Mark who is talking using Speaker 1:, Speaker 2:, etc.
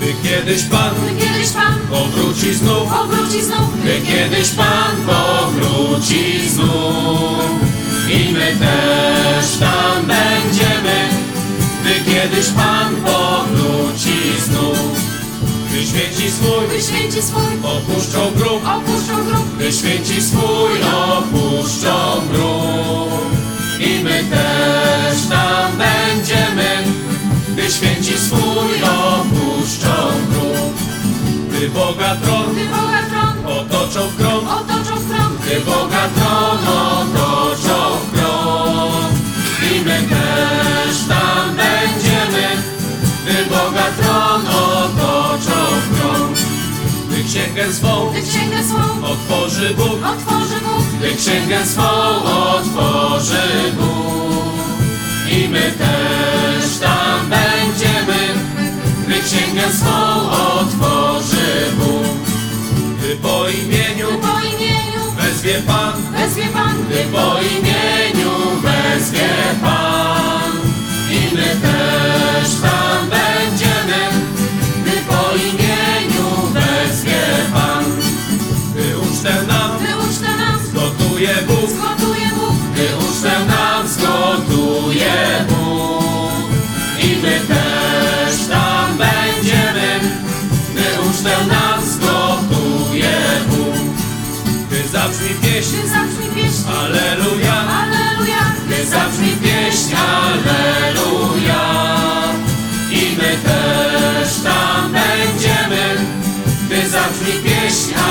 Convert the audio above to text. Speaker 1: Gdy kiedyś Pan
Speaker 2: Gdy kiedyś Pan
Speaker 1: powróci znów,
Speaker 2: powróci znów,
Speaker 1: gdy kiedyś Pan powróci znów. I my też tam będziemy, gdy kiedyś Pan powróci znów. Gdy świeci swój,
Speaker 2: Gdy święci swój,
Speaker 1: opuszczą grób,
Speaker 2: opuszczą grób,
Speaker 1: gdy święci swój, opuszczą grób. I my też tam będziemy, gdy święci swój, opuszczą grób. Gdy Boga tron
Speaker 2: Gdy Boga tron
Speaker 1: otoczą w krąg,
Speaker 2: otoczą w krąg,
Speaker 1: gdy Boga tron otoczą w krąg. I my też tam będziemy, gdy Boga tron otoczą w krąg. Gdy księgę swą
Speaker 2: Gdy księgę swą
Speaker 1: otworzy Bóg,
Speaker 2: otworzy Bóg,
Speaker 1: gdy księgę swą otworzy Bóg. I my też tam będziemy, gdy księgę swą otworzy Bóg. Gdy po imieniu
Speaker 2: Gdy po imieniu
Speaker 1: wezwie Pan,
Speaker 2: wezwie Pan,
Speaker 1: gdy po imieniu wezwie Pan. I my też tam będziemy, gdy po imieniu wezwie Pan. Gdy ucztę nam
Speaker 2: Gdy uczta nam
Speaker 1: gotuje Bóg.
Speaker 2: zgotuje Bóg,
Speaker 1: Gdy ucztę nam zgotuje Bóg I my też tam będziemy Gdy ucztę nam zgotuje Bóg Gdy zabrzmi pieśń
Speaker 2: Gdy zabrzmi pieśń,
Speaker 1: Aleluja
Speaker 2: Alleluja,
Speaker 1: Gdy zabrzmi pieśń Aleluja I my też tam będziemy Gdy zabrzmi pieśń